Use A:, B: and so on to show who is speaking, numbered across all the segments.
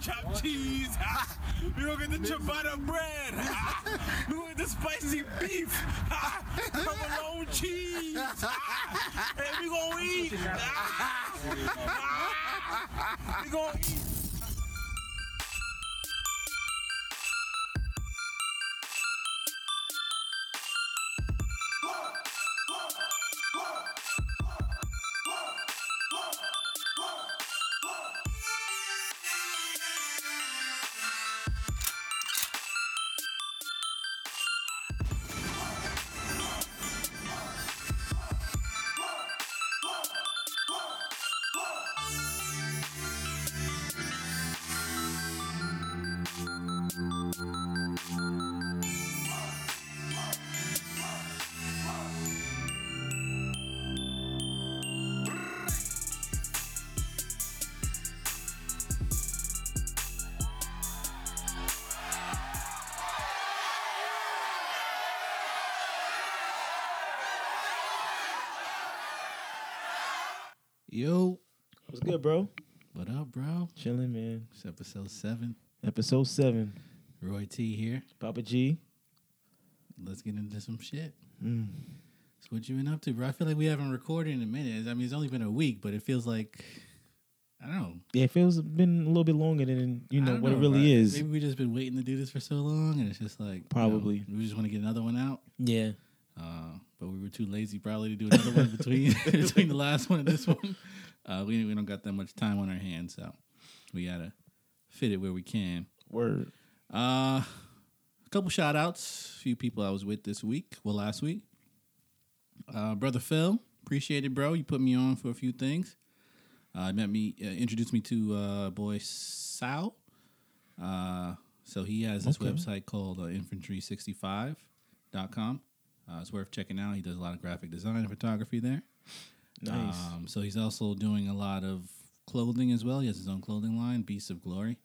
A: chopped cheese. we gonna get the ciabatta bread. we gonna get the spicy beef. provolone cheese. and we gonna eat. we gonna eat.
B: Yo,
C: What's good, bro?
B: what up, bro?
C: Chilling, man.
B: It's episode seven.
C: Episode seven.
B: Roy T here.
C: Papa G.
B: Let's get into some shit.
C: Mm.
B: So what you been up to, bro? I feel like we haven't recorded in a minute. I mean, it's only been a week, but it feels like I don't know.
C: Yeah, it feels been a little bit longer than you
B: I
C: know
B: don't
C: what it
B: know,
C: really
B: bro.
C: is.
B: Maybe we just been waiting to do this for so long, and it's just like you know,
C: Probably.
B: we just want to get another one out.
C: Yeah,
B: Uh, but we were too lazy probably to do another one between between the last one and this one. Uh, we we don't got that much time on our hands, so we gotta fit it where we can.
C: word.
B: Uh, a couple shout outs. A few people I was with this week. Well, last week. Uh, Brother Phil, appreciate it, bro. You put me on for a few things. Uh, met me, uh, introduced me to uh, boy Sal. Uh, so he has this
C: Okay.
B: website called uh, infantry65.com. Uh, it's worth checking out. He does a lot of graphic design and photography there.
C: Nice.
B: Um, so he's also doing a lot of clothing as well. He has his own clothing line, Beasts of Glory.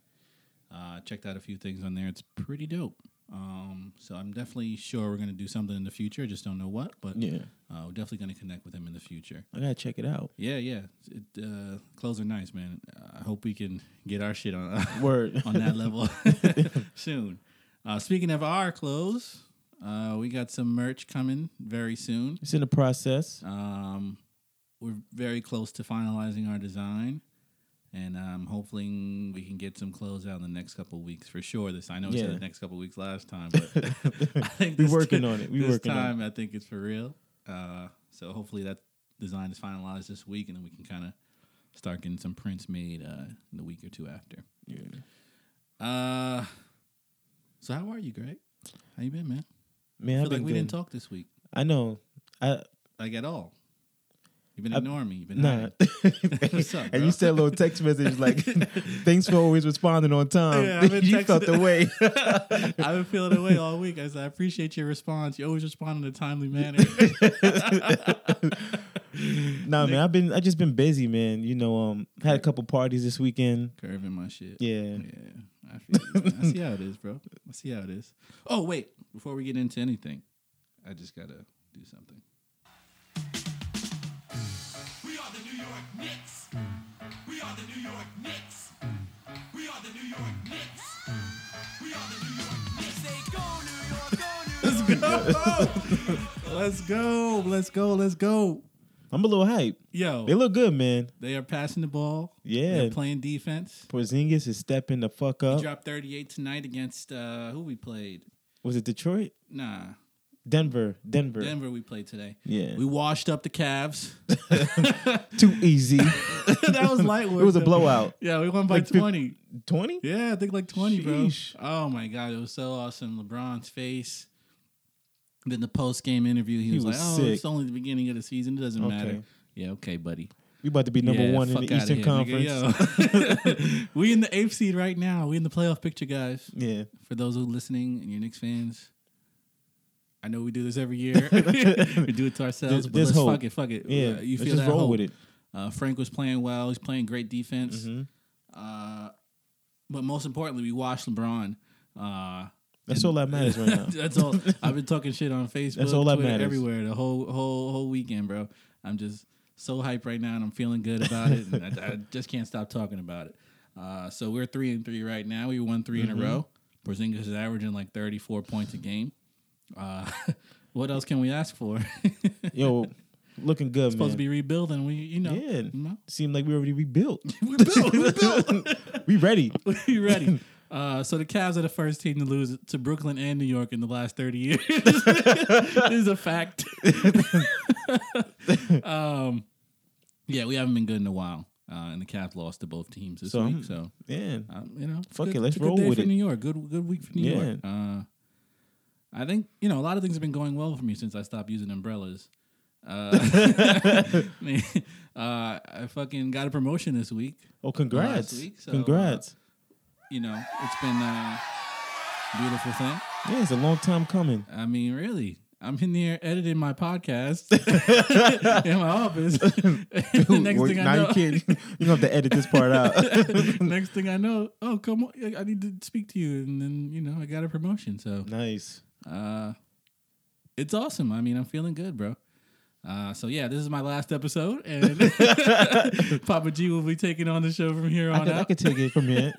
B: Uh, checked out a few things on there. It's pretty dope. Um, so I'm definitely sure we're going to do something in the future. Just don't know what, but
C: yeah,
B: uh, we're definitely going to connect with him in the future.
C: I gotta check it out.
B: Yeah, yeah. It, uh, clothes are nice, man. I hope we can get our shit on
C: Word.
B: on that level soon. Uh, speaking of our clothes, uh, we got some merch coming very soon.
C: it's in the process.
B: Um, we're very close to finalizing our design, and um, hopefully we can get some clothes out in the next couple weeks for sure. This I know we said
C: Yeah.
B: the next couple weeks last time, but I think
C: We
B: this
C: working
B: ti-
C: on it. We
B: this
C: working on
B: time, I think it's for real. Uh, so hopefully that design is finalized this week, and then we can kind of start getting some prints made uh, in the week or two after.
C: Yeah.
B: Uh, so how are you, Greg? How you been, man? I
C: Man,
B: feel
C: I've
B: like
C: been
B: we didn't
C: good.
B: talk this week,
C: I know. I
B: like at all. You've been
C: I-
B: ignoring me. You've been
C: nah.
B: hiding. What's up,
C: and
B: bro?
C: you sent a little text message like, "Thanks for always responding on time."
B: Yeah, I've been
C: you
B: texting
C: felt
B: it.
C: the way.
B: I've been feeling away all week. I said, I appreciate your response. You always respond in a timely manner.
C: nah, man, I've been I just been busy, man. You know, um, had a couple parties this weekend.
B: Curving my shit.
C: Yeah,
B: Yeah. I, feel you, man. I see how it is, bro. I see how it is. Oh, wait. Before we get into anything, I just got to do something.
A: We are the New York Knicks. We are the New York Knicks. We are the New York Knicks. We are the New York Knicks. They go New York, go New York.
B: Let's go. Let's go. Let's go.
C: I'm a little hype.
B: Yo,
C: They look good, man.
B: they are passing the ball.
C: Yeah.
B: They're playing defense.
C: Porzingis is stepping the fuck up.
B: He dropped 38 tonight against uh, who we played.
C: Was it Detroit?
B: Nah,
C: Denver. Denver.
B: Denver we played today.
C: Yeah.
B: We washed up the Cavs.
C: Too easy. it
B: that was light work.
C: was a
B: though.
C: blowout.
B: Yeah, we won by
C: Like fif-
B: 20.
C: 20?
B: Yeah, I think like 20,
C: Sheesh.
B: bro. Oh my god, it was so awesome. LeBron's face. Then the post game interview, he, was,
C: was
B: like, "Oh,
C: sick.
B: it's only the beginning of the season. It doesn't
C: Okay.
B: matter." Yeah, okay, buddy.
C: We about to be number
B: Yeah,
C: one in
B: fuck
C: the
B: outta
C: Eastern
B: here,
C: Conference.
B: nigga, yo. we in the eighth seed right now. We in the playoff picture, guys.
C: Yeah.
B: For those who are listening and you're Knicks fans, I know we do this every year. we do it to ourselves.
C: There's-
B: but
C: there's
B: let's
C: hope.
B: fuck it, fuck it.
C: Yeah.
B: Uh, you
C: Let's
B: feel
C: just
B: that
C: roll
B: hope.
C: with it.
B: Uh, Frank was playing well. He's playing great defense.
C: Mhm.
B: Uh, but most importantly, we watched LeBron. Uh,
C: That's all that matters right now.
B: that's all. I've been talking shit on Facebook,
C: That's all that
B: Twitter,
C: matters.
B: everywhere the whole whole whole weekend, bro. I'm just so hype right now, and I'm feeling good about it, and I, I just can't stop talking about it. Uh, so we're three and three right now. We won 3
C: Mm-hmm.
B: in a row. Porzingis is averaging like thirty four points a game. Uh, what else can we ask for?
C: Yo, looking good, man.
B: Supposed to be rebuilding. We you know
C: Yeah.
B: you know.
C: Seemed like we already rebuilt.
B: we built. We built.
C: we ready.
B: we ready. Uh, so the Cavs are the first team to lose to Brooklyn and New York in the last 30 years. this is a fact. um, yeah, we haven't been good in a while, uh, and the Cavs lost to both teams this
C: So,
B: week.
C: I'm-
B: So
C: Yeah.
B: um, you know, it's
C: Fuck
B: good-
C: it, let's
B: it's a good
C: roll
B: day
C: with
B: for
C: it.
B: New York, good good week for New
C: Yeah.
B: York. Uh, I think you know a lot of things have been going well for me since I stopped using umbrellas. Uh, man, uh, I fucking got a promotion this week.
C: Oh, congrats.
B: week, so, uh,
C: congrats.
B: You know, it's been a beautiful thing.
C: yeah, it's a long time coming.
B: I mean, really, I'm in there editing my podcast in my office. the next
C: Well,
B: thing
C: now
B: I know,
C: you can't. You don't have to edit this part out.
B: next thing I know, oh come on, I need to speak to you, and then you know I got a promotion. So
C: nice.
B: Uh, it's awesome. I mean, I'm feeling good, bro. Uh, so yeah, this is my last episode, and Papa G will be taking on the show from here
C: I
B: on
C: could, I
B: out.
C: could take it from here.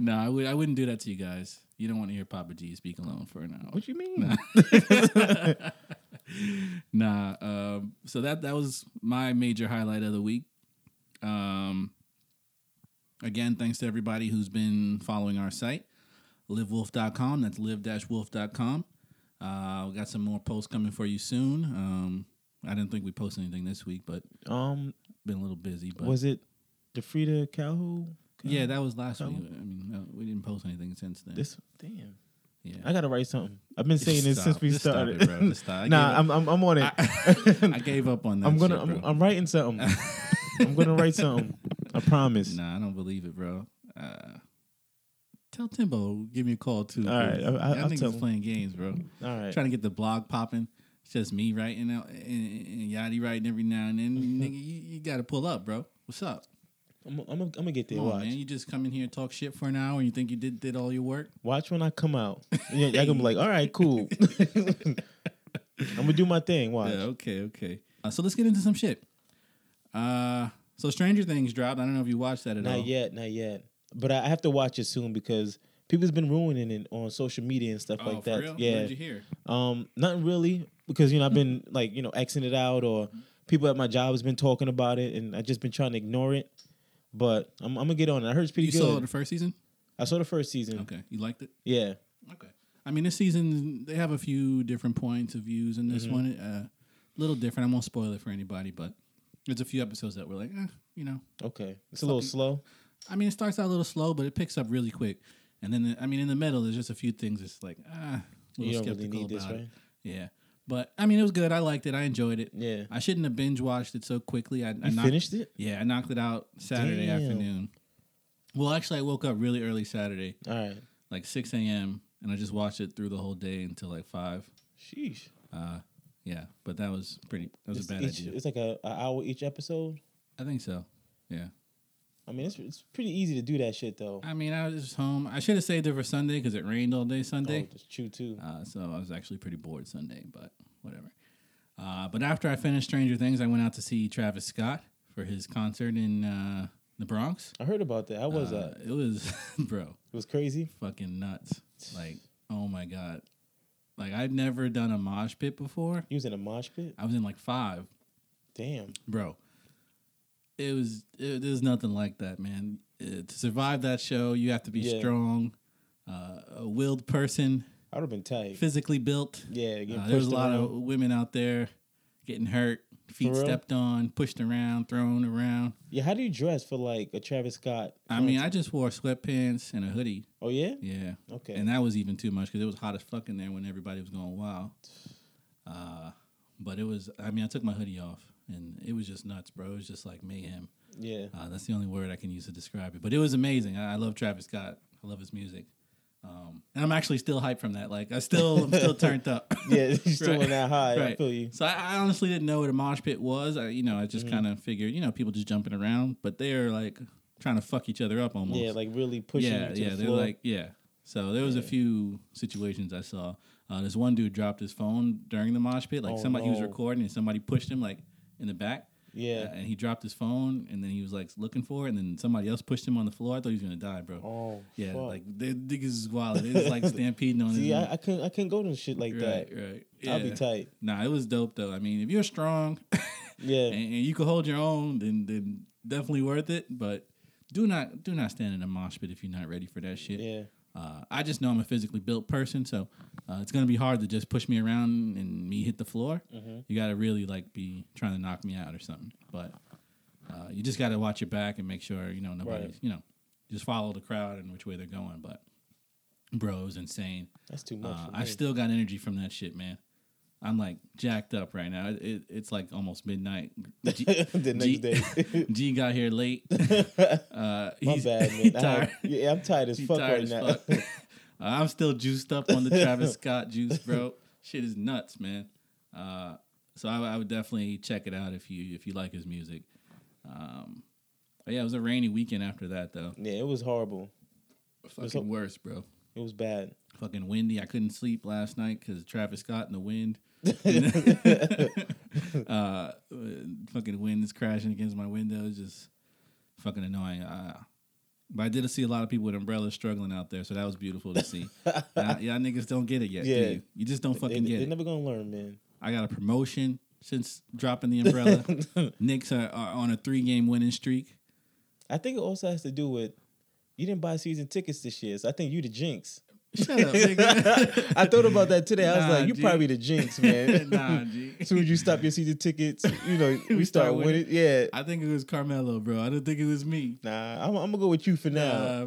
B: no, I would. I wouldn't do that to you guys. You don't want to hear Papa G speak alone for an hour.
C: what you mean?
B: Nah. Um, so that that was my major highlight of the week. Um, again, thanks to everybody who's been following our site, livewolf.com. That's live-wolf.com. Uh, we got some more posts coming for you soon. Um, I didn't think we posted anything this week, but
C: Um,
B: been a little busy. But
C: was it the Frida Calhoun?
B: yeah, that was last
C: That
B: week.
C: one?
B: I mean, uh, we didn't post anything since then.
C: Oh. This damn.
B: yeah.
C: I gotta write something. I've been saying this
B: Stop.
C: since we
B: Just stop
C: started.
B: it, bro. Just stop. I
C: nah,
B: gave
C: I'm, I'm I'm on it.
B: I gave up on that.
C: I'm gonna
B: shit,
C: I'm,
B: bro.
C: I'm writing something. I'm gonna write something. I promise.
B: Nah, I don't believe it, bro. Uh, tell Timbo, give me a call too.
C: All right, I- I- I'll
B: think
C: tell
B: he's
C: him.
B: playing games, bro.
C: All right.
B: Trying to get the blog popping. It's just me writing out and, and Yachty writing every now and then. Nigga, you, you got to pull up, bro. What's up?
C: I'm, I'm, I'm gonna get there.
B: Come on,
C: watch.
B: man. You just come in here and talk shit for an hour and you think you did did all your work?
C: Watch when I come out. Yeah, y'all gonna be like, all right, cool. I'm gonna do my thing. Watch.
B: Yeah, okay, okay. Uh, so let's get into some shit. Uh, so Stranger Things dropped. I don't know if you watched that at all.
C: Not yet, not yet. But I I have to watch it soon because people's been ruining it on social media and stuff
B: Oh,
C: like
B: for
C: that.
B: real? What
C: Yeah.
B: did you hear?
C: Um, nothing really because you know I've been like you know xing it out or people at my job has been talking about it and I've just been trying to ignore it. But I'm, I'm gonna get on it. I heard it's pretty
B: You
C: good.
B: saw the first season?
C: I saw the first season.
B: Okay. You liked it?
C: Yeah.
B: Okay. I mean, this season they have a few different points of views, and this
C: Mm-hmm.
B: one uh, a little different. I won't spoil it for anybody, but there's a few episodes that were like, eh, you know.
C: Okay. It's a little
B: Fucking-
C: slow.
B: I mean, it starts out a little slow, but it picks up really quick. And then, the, I mean, in the middle, there's just a few things. It's like, ah, a little
C: You don't really
B: skeptical
C: need this,
B: about it.
C: right?
B: Yeah, but I mean, it was good. I liked it. I enjoyed it.
C: Yeah.
B: I shouldn't have binge watched it so quickly. I, I
C: You
B: knocked-
C: finished it?
B: Yeah, I knocked it out Saturday
C: Damn.
B: afternoon. Well, actually, I woke up really early Saturday,
C: All right.
B: like 6 a.m., and I just watched it through the whole day until like five.
C: Sheesh.
B: Uh, yeah, but that was pretty. That was
C: it's,
B: a bad
C: each,
B: idea.
C: it's like a, a hour each episode.
B: I think so. Yeah.
C: I mean, it's it's pretty easy to do that shit though.
B: I mean, I was just home. I should have saved it for Sunday because it rained all day
C: Oh,
B: Sunday.
C: just chew too.
B: Uh, so I was actually pretty bored Sunday, but whatever. Uh, but after I finished Stranger Things, I went out to see Travis Scott for his concert in uh, the Bronx.
C: I heard about that. How was
B: Uh,
C: that?
B: It was, bro,
C: It was crazy.
B: fucking nuts. Like, oh my god. Like I've never done a mosh pit before.
C: You was in a mosh pit.
B: I was in like five.
C: Damn.
B: bro. It was it, there's nothing like that, man. Uh, to survive that show, you have to be
C: Yeah.
B: strong, uh, a willed person,
C: I would have been tight.
B: physically built.
C: Yeah, getting
B: Uh, there was a
C: pushed
B: lot of
C: around.
B: women out there getting hurt, feet
C: real?
B: stepped on, pushed around, thrown around.
C: Yeah, how do you dress for like a Travis Scott?
B: I mean, I
C: concert?
B: just wore sweatpants and a hoodie.
C: oh yeah,
B: Yeah.
C: okay.
B: And that was even too much because it was hot as fuck in there when everybody was going wild. Uh, but it was, I mean, I took my hoodie off and it was just nuts, bro. It was just like mayhem.
C: yeah,
B: Uh, that's the only word I can use to describe it. But it was amazing. I, I love Travis Scott. I love his music. Um, and I'm actually still hyped from that. Like I still, I'm still turned up.
C: yeah. You still
B: Right.
C: on that high? I
B: Right.
C: feel you. Mm-hmm.
B: So I, I honestly didn't know what a mosh pit was. I, you know, I just kind of figured, you know, people just jumping around, but they're like trying to fuck each other up almost.
C: Yeah, like really pushing.
B: yeah,
C: you to
B: yeah.
C: the
B: they're
C: floor.
B: like, yeah. So there was a few situations I saw. Uh, this one dude dropped his phone during the mosh pit. Like
C: Oh,
B: somebody he was
C: no.
B: recording and somebody pushed him like in the back. Uh,
C: Yeah.
B: and he dropped his phone, and then he was like looking for it, and then somebody else pushed him on the floor. I thought he was gonna die, bro.
C: Oh,
B: yeah,
C: fuck.
B: like the niggas is wild. It was like stampeding on
C: See,
B: his.
C: I, I couldn't I couldn't go to shit like
B: right,
C: that.
B: right.
C: I'll be
B: Yeah.
C: tight.
B: Nah, it was dope though. I mean, if you're strong
C: Yeah.
B: and, and you can hold your own, then then definitely worth it. But do not do not stand in a mosh pit if you're not ready for that shit.
C: yeah.
B: Uh, I just know I'm a physically built person, so uh, it's gonna be hard to just push me around and me hit the floor.
C: Mm-hmm.
B: You gotta really like be trying to knock me out or something. But uh, you just gotta watch your back and make sure you know nobody's
C: Right.
B: you know just follow the crowd and which way they're going. But bro, it was insane.
C: That's too much.
B: Uh,
C: for
B: I
C: me.
B: still got energy from that shit, man. I'm like jacked up right now. It, it, it's like almost midnight. G,
C: the next
B: G-
C: day.
B: G got here late. Uh,
C: My
B: he's,
C: bad, man.
B: He's
C: I
B: tired.
C: had- yeah, I'm tired as
B: He
C: fuck
B: tired
C: right
B: as
C: now.
B: fuck. Uh, I'm still juiced up on the Travis Scott juice, bro. Shit is nuts, man. Uh, so I, I would definitely check it out if you if you like his music. Um, but yeah, it was a rainy weekend after that though.
C: yeah, it was horrible.
B: Fucking
C: ho-
B: worse, bro.
C: It was bad.
B: Fucking windy. I couldn't sleep last night because Travis Scott and the wind. uh, fucking wind is crashing against my window. It's just fucking annoying. Uh, but I did see a lot of people with umbrellas struggling out there, so that was beautiful to see. y'all, y'all niggas don't get it yet. do
C: Yeah.
B: you? you just don't
C: They,
B: fucking get
C: are
B: it.
C: never gonna learn, man.
B: I got a promotion since dropping the umbrella. Knicks are, are on a three game winning streak.
C: I think it also has to do with you didn't buy season tickets this year, so I think you the jinx.
B: Shut up, nigga.
C: I thought about that today. I was
B: Nah,
C: like, you
B: G.
C: probably the jinx, man.
B: nah, G.
C: As soon as you stop your season tickets, you know we,
B: We
C: start,
B: start
C: winning. Yeah,
B: I think it was Carmelo, bro. I don't think it was me.
C: nah, I'm, I'm gonna go with you for now.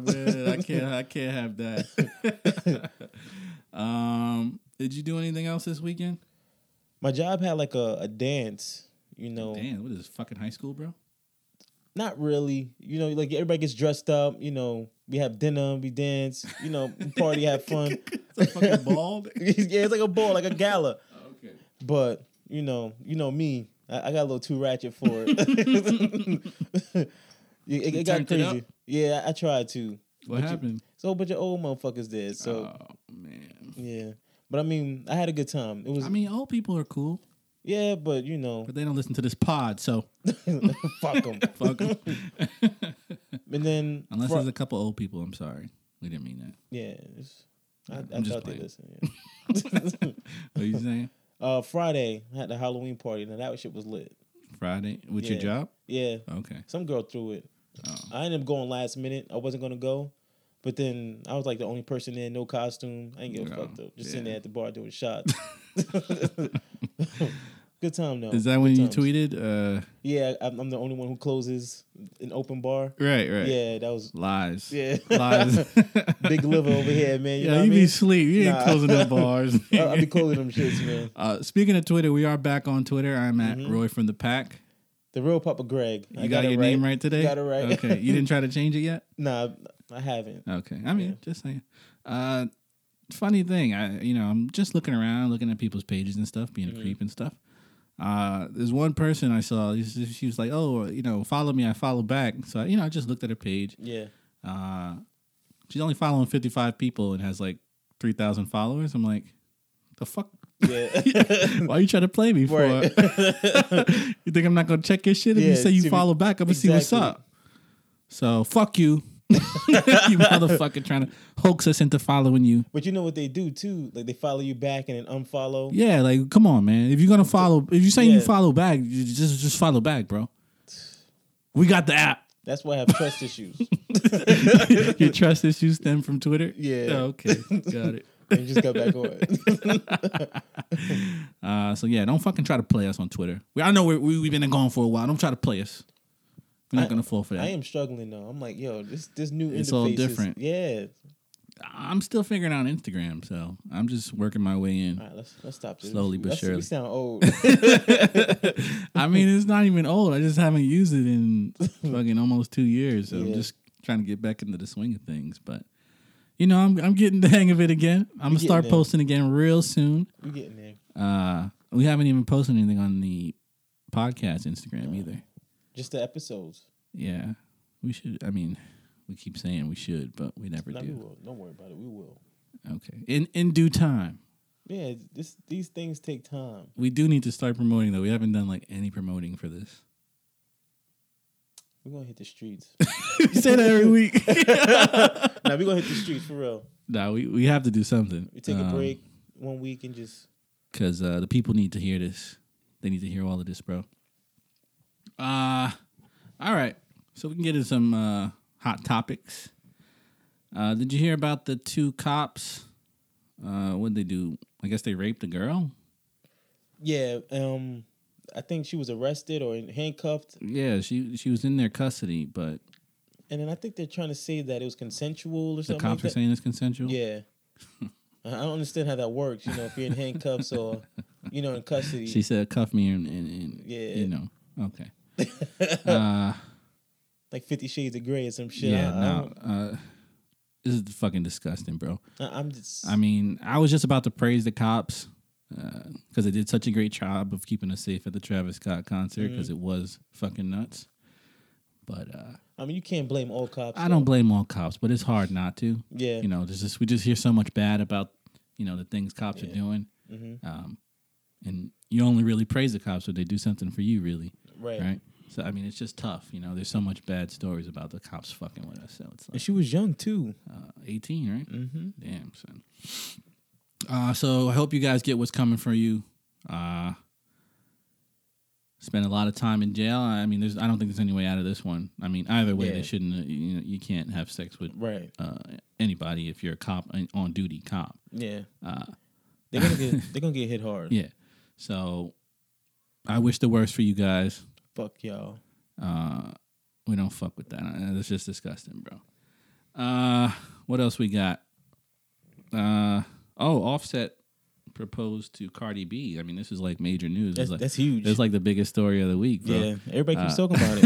B: Nah, man, I can't. I can't have that. um, did you do anything else this weekend?
C: My job had like a, a dance, you know.
B: Damn, what is this, fucking high school, bro?
C: Not really, you know. Like everybody gets dressed up, you know. We have dinner, we dance, you know, party, have fun.
B: It's a fucking ball.
C: yeah, it's like a ball, like a gala.
B: okay.
C: But you know, you know me, I, I got a little too ratchet for it. it, it
B: You
C: got
B: turned it
C: crazy.
B: up?
C: yeah, I, I tried to.
B: What
C: But you-
B: happened?
C: It's a whole bunch of old motherfuckers there.
B: oh
C: So
B: man.
C: yeah, but I mean, I had a good time. It was
B: I mean, old people are cool,
C: yeah, but you know,
B: but they don't listen to this pod, so
C: fuck them.
B: fuck 'em.
C: And then
B: Unless
C: fri-
B: there's a couple old people, I'm sorry. We didn't mean that.
C: yeah, it's, I, I
B: I'm just
C: thought they
B: playing.
C: listened. Yeah.
B: What are you saying?
C: Uh, Friday I had the Halloween party. Now that shit was lit.
B: Friday with your
C: Yeah.
B: job?
C: Yeah,
B: Okay.
C: some girl threw it.
B: Oh.
C: I ended up going last minute. I wasn't gonna go, but then I was like the only person there, no costume. I didn't give a
B: No,
C: fuck though. Just sitting
B: yeah.
C: there at the bar doing shots. Good time though.
B: Is that when you
C: times.
B: tweeted? Uh,
C: Yeah, I'm, I'm the only one who closes an open bar.
B: right, right.
C: Yeah, that was
B: Lies.
C: Yeah.
B: Lies.
C: big liver over here, man. You
B: yeah,
C: know what
B: you
C: I
B: be
C: mean?
B: sleep. You ain't
C: Nah.
B: closing no bars.
C: I, I be closing them shits, man.
B: Uh, speaking of Twitter, we are back on Twitter. I'm at Roy from the Pack.
C: The real Papa Greg.
B: You got, your name right today.
C: Got Mm-hmm. it right.
B: Okay, you didn't try to change it yet.
C: Nah, I haven't.
B: Okay, I mean,
C: Yeah.
B: just saying. Uh, funny thing, I you know, I'm just looking around, looking at people's pages and stuff, being
C: Mm-hmm.
B: a creep and stuff. Uh, there's one person I saw. she- She was like, "Oh, you know, follow me." I follow back. So you know, I just looked at her page.
C: Yeah.
B: Uh, she's only following 55 people and has like 3,000 followers. I'm like, the fuck?
C: Yeah.
B: Why you trying to play me for?
C: Right.
B: you think I'm not gonna check your shit if
C: Yeah,
B: you say you
C: see,
B: follow back? I'm gonna see what's
C: exactly.
B: up. So fuck you, you motherfucker, trying to hoax us into following you.
C: but you know what they do too? Like they follow you back and then unfollow.
B: Yeah, like come on, man. If you're gonna follow, if you say you
C: Yeah.
B: follow back, you just just follow back, bro. We got the app.
C: That's why I have trust issues.
B: Your trust issues stem from Twitter.
C: Yeah.
B: Oh, okay, got it.
C: and just got back on.
B: Uh, so yeah, don't fucking try to play us on Twitter. We I know we're, we we've been gone for a while. Don't try to play us. We're not
C: I-
B: gonna fall for that.
C: I am struggling though. I'm like, yo, this this new
B: It's
C: interface
B: all
C: is-
B: different.
C: yeah.
B: I'm still figuring out Instagram, so I'm just working my way in.
C: All right, let's let's stop this.
B: Slowly but
C: Let's-
B: surely.
C: We sound old.
B: I mean, it's not even old. I just haven't used it in fucking almost two years. So I'm
C: Yeah.
B: just trying to get back into the swing of things. But you know, I'm I'm getting the hang of it again. I'm gonna
C: getting
B: start
C: there.
B: posting again real soon.
C: we getting there.
B: Uh, we haven't even posted anything on the podcast
C: Uh.
B: Instagram either.
C: Just the episodes.
B: Yeah, we should. I mean, we keep saying we should, but we never
C: No, we
B: do.
C: will. Don't worry about it. We will.
B: Okay, in in due time.
C: Yeah, this these things take time.
B: We do need to start promoting though. We haven't done like any promoting for this.
C: We're gonna hit the streets.
B: you say that every week.
C: now we're gonna hit the streets for real.
B: nah, we, we have to do something.
C: We take a break one week and just
B: because uh, the people need to hear this. They need to hear all of this, bro. Uh, all right. So we can get into some uh, hot topics. Uh, did you hear about the two cops? Uh, what did they do? I guess they raped a girl.
C: yeah. Um, I think she was arrested or handcuffed,
B: Yeah, she she was in their custody, but
C: and then I think they're trying to say that it was consensual or
B: the
C: something.
B: cops are
C: like that.
B: saying it's consensual.
C: Yeah. I I don't understand how that works. You know, if you're in handcuffs or, you know, in custody.
B: She said, "Cuff me," and, and, and
C: Yeah.
B: you know, okay. uh,
C: like Fifty Shades of Grey or some shit.
B: yeah,
C: I,
B: no, uh, this is fucking disgusting, bro.
C: I am just.
B: I mean, I was just about to praise the cops because they did such a great job of keeping us safe at the Travis Scott concert
C: Mm-hmm.
B: because it was fucking nuts. But uh,
C: I mean, you can't blame all cops.
B: I
C: though.
B: don't blame all cops, but it's hard not to.
C: Yeah.
B: You know, there's just we just hear so much bad about you know the things cops are
C: Yeah.
B: doing,
C: Mhm.
B: um, and you only really praise the cops when they do something for you, really,
C: Right.
B: right? So I mean, it's just tough. You know, there's so much bad stories about the cops fucking with us. So it's like,
C: And she was young too.
B: uh, 18, right?
C: Mm-hmm.
B: Damn, son. Uh, so I hope you guys get what's coming for you. Uh, spend a lot of time in jail. I mean, there's I don't think there's any way out of this one. I mean, either way,
C: Yeah.
B: they shouldn't. uh, You know, you can't have sex with
C: Right.
B: uh, anybody if you're a cop an on duty cop.
C: Yeah.
B: Uh,
C: They're gonna get. they're gonna get hit hard.
B: yeah. So I wish the worst for you guys.
C: Fuck y'all.
B: Uh, we don't fuck with that. Uh, That's just disgusting, bro. Uh, what else we got? Uh, oh, Offset proposed to Cardi B. I mean, this is like major news.
C: That's,
B: it's like,
C: that's huge.
B: it's like the biggest story of the week, bro.
C: yeah. Everybody keeps
B: Uh,
C: talking about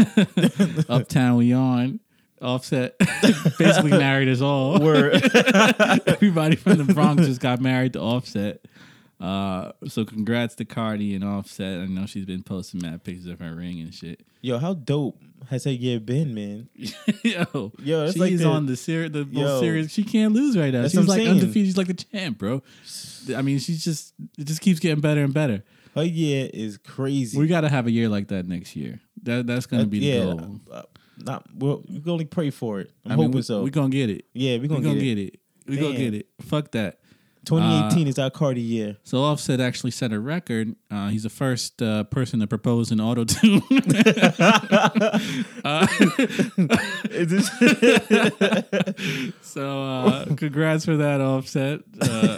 C: it.
B: Uptown we on. Offset basically married us all.
C: Word.
B: Everybody from the Bronx just got married to Offset. Uh, so congrats to Cardi and Offset. I know she's been posting mad pictures of her ring and shit.
C: Yo, how dope has that year been, man?
B: yo,
C: Yo, that's
B: she's
C: like the-
B: on the ser- the
C: Yo.
B: most serious. She can't lose right now.
C: That's
B: she's
C: what I'm
B: like
C: saying.
B: undefeated. She's like the champ, bro. I mean, she's just it just keeps getting better and better.
C: Her year is crazy.
B: We got to have a year like that next year. That that's gonna
C: Uh,
B: be the
C: yeah,
B: goal.
C: uh, not well. We can only pray for it. I'm
B: I mean,
C: hoping
B: we,
C: so.
B: We gonna get it.
C: yeah, we're
B: We
C: gonna,
B: gonna
C: get, it.
B: get it. We gonna
C: Damn.
B: get it. Fuck that.
C: 2018 is our Cardi year.
B: So Offset actually set a record. Uh, he's the first uh, person to propose an auto tune.
C: Is this-
B: so uh, congrats for that Offset. Uh,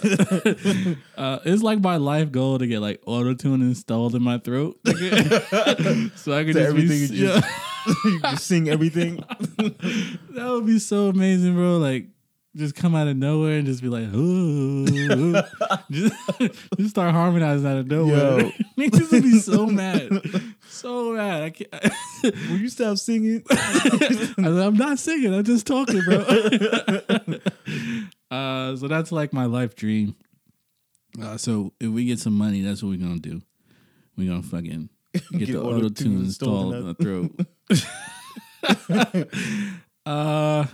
B: uh, it's like my life goal to get like auto tune installed in my throat, so I could just be,
C: everything you just- you just sing everything.
B: That would be so amazing, bro. Like, just come out of nowhere and just be like, ooh, ooh. just, just start harmonizing out of nowhere.
C: Yo.
B: Niggas would be so mad, so mad. I can't.
C: Will you stop singing?
B: I said, I'm not singing. I'm just talking, bro. uh, so that's like my life dream. Uh, so if we get some money, that's what we're gonna do. We're gonna fucking get,
C: Get
B: the
C: auto-tune
B: auto tune installed
C: installed
B: in
C: in
B: the throat. uh,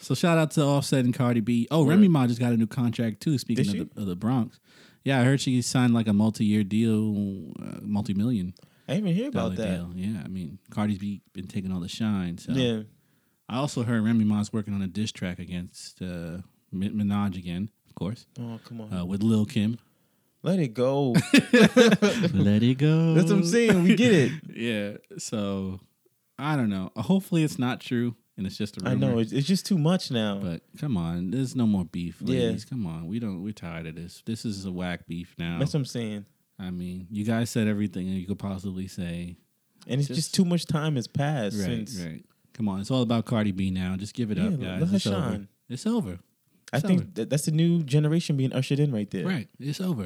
B: so shout out to Offset and Cardi B. Oh, Remy Ma just got a new contract too. Speaking
C: Did
B: of the, of the Bronx, yeah, I heard she signed like a multi year deal, uh, multi million
C: I didn't even hear
B: dollar
C: about that.
B: deal. Yeah, I mean Cardi's be, been taking all the shine. So
C: Yeah.
B: I also heard Remy Ma's working on a diss track against uh, Mi- Minaj again, of course,
C: Oh come on.
B: uh, with Lil Kim.
C: Let it go.
B: Let it go.
C: That's what I'm saying. We get it.
B: Yeah. So I don't know. Uh, Hopefully it's not true and it's just a rumor.
C: I know. It's, it's just too much now.
B: But come on, there's no more beef,
C: Yeah.
B: ladies. Come on, we don't. We're tired of this. This is a whack beef now.
C: That's what I'm saying.
B: I mean, you guys said everything you could possibly say.
C: And it's just,
B: Just-
C: too much time has passed since.
B: right. Come on, it's all about Cardi B now. Just give it up,
C: Yeah,
B: guys.
C: let her
B: it's over.
C: shine.
B: It's over.
C: I
B: It's over.
C: think that, that's the new generation being ushered in right there.
B: Right. It's over.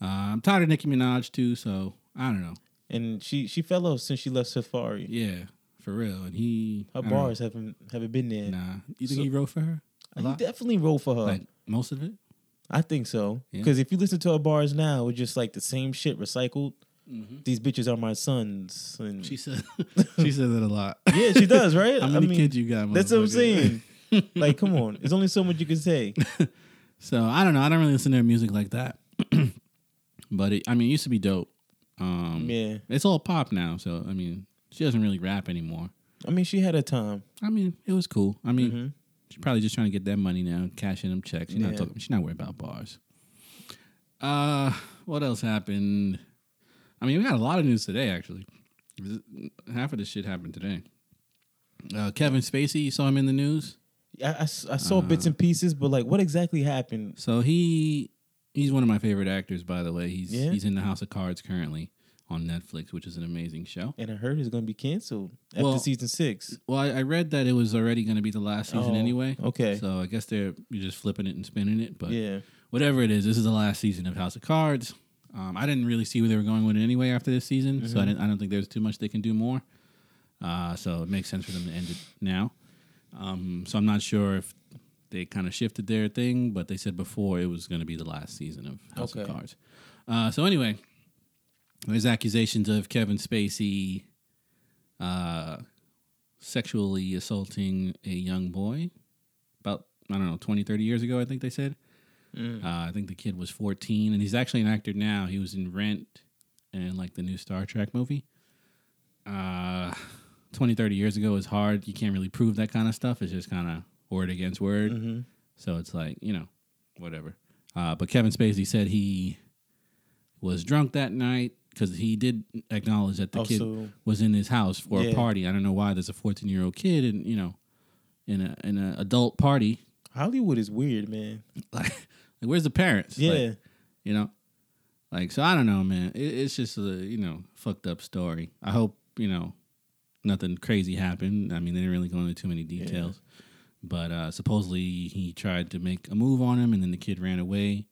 B: Uh, I'm tired of Nicki Minaj too, so I don't know.
C: And she she fell off since she left Safari.
B: Yeah, Mm. for real. And he
C: Her
B: I don't
C: bars haven't haven't been there.
B: know. Nah. You think
C: So- Oh.
B: he wrote for her? A
C: he
B: lot?
C: definitely rolled for her.
B: Like most of it?
C: I think so.
B: Yeah.
C: Because if you listen to her bars now, it's just like the same shit recycled.
B: Mm-hmm.
C: These bitches are my sons. And
B: She said she said that a lot.
C: yeah, she does, right?
B: How many kids you got,
C: That's what I'm
B: motherfucker?
C: saying. like, come on. There's only so much you can say.
B: So I don't know. I don't really listen to her music like that. but it, I mean, it used to be dope. Um,
C: Yeah.
B: It's all pop now, so I mean, she doesn't really rap anymore.
C: I mean, she had her time.
B: I mean, it was cool. I mean,
C: Mhm.
B: she's probably just trying to get that money now, cashing them checks. She's not
C: Yeah.
B: talking. She's not worried about bars. Uh, what else happened? I mean, we got a lot of news today. Actually, half of this shit happened today. Uh, Kevin Spacey, you saw him in the news.
C: I, I s- I saw
B: Uh-huh.
C: bits and pieces, but like, what exactly happened?
B: So he he's one of my favorite actors, by the way. He's
C: Yeah?
B: he's in the House of Cards currently on Netflix, which is an amazing show.
C: And I heard it's going to be canceled after
B: Well,
C: season six.
B: Well, I, I read that it was already going to be the last season
C: Oh,
B: anyway.
C: okay.
B: So I guess they're you're just flipping it and spinning it, but
C: Yeah,
B: whatever it is, this is the last season of House of Cards. Um, I didn't really see where they were going with it anyway after this season, so I, didn't, I don't think there's too much they can do more. Uh, so it makes sense for them to end it now. Um, so I'm not sure if they kind of shifted their thing, but they said before it was going to be the last season of House of
C: Okay.
B: Cards. Uh, so anyway, there's accusations of Kevin Spacey uh, sexually assaulting a young boy about, I don't know, 20, 30 years ago, I think they said. Uh, I think the kid was 14, and he's actually an actor now. He was in Rent and like the new Star Trek movie. Uh, 20, 30 years ago is hard. You can't really prove that kind of stuff. It's just kind of word against word. So it's like, you know, whatever. Uh, but Kevin Spacey said he was drunk that night because he did acknowledge that the
C: Also-
B: kid was in his house for a
C: Yeah.
B: party. I don't know why there's a 14 year old kid and, you know, in a in an adult party.
C: Hollywood is weird, man.
B: Like, where's the parents? Like,
C: Yeah,
B: you know like so i don't know man it, it's just a you know fucked up story i hope you know nothing crazy happened i mean they didn't really go into too many details but uh supposedly he tried to make a move on him and then the kid ran away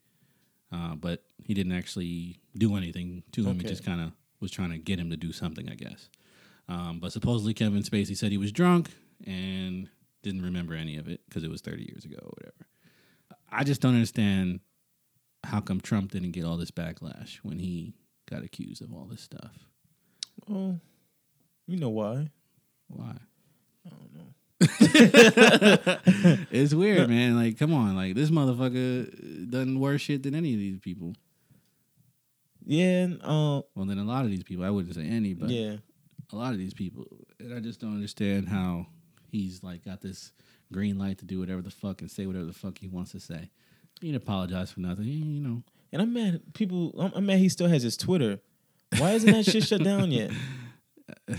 B: uh but he didn't actually do anything to him he
C: Okay.
B: just kind of was trying to get him to do something i guess um but supposedly kevin spacey said he was drunk and didn't remember any of it because it was 30 years ago or whatever i just don't understand how come Trump didn't get all this backlash when he got accused of all this stuff?
C: oh, you know why?
B: Why? I don't know. it's weird, man. Like, come on, like this motherfucker done worse shit than any of these people.
C: Yeah, and, uh,
B: Well, then a lot of these people. I wouldn't say any, but
C: yeah.
B: a lot of these people, and I just don't understand how he's like got this green light to do whatever the fuck and say whatever the fuck he wants to say. He didn't apologize for nothing. He- you know,
C: And I'm mad. People, I'm, I'm mad. He still has his Twitter. Why isn't that shit shut down yet?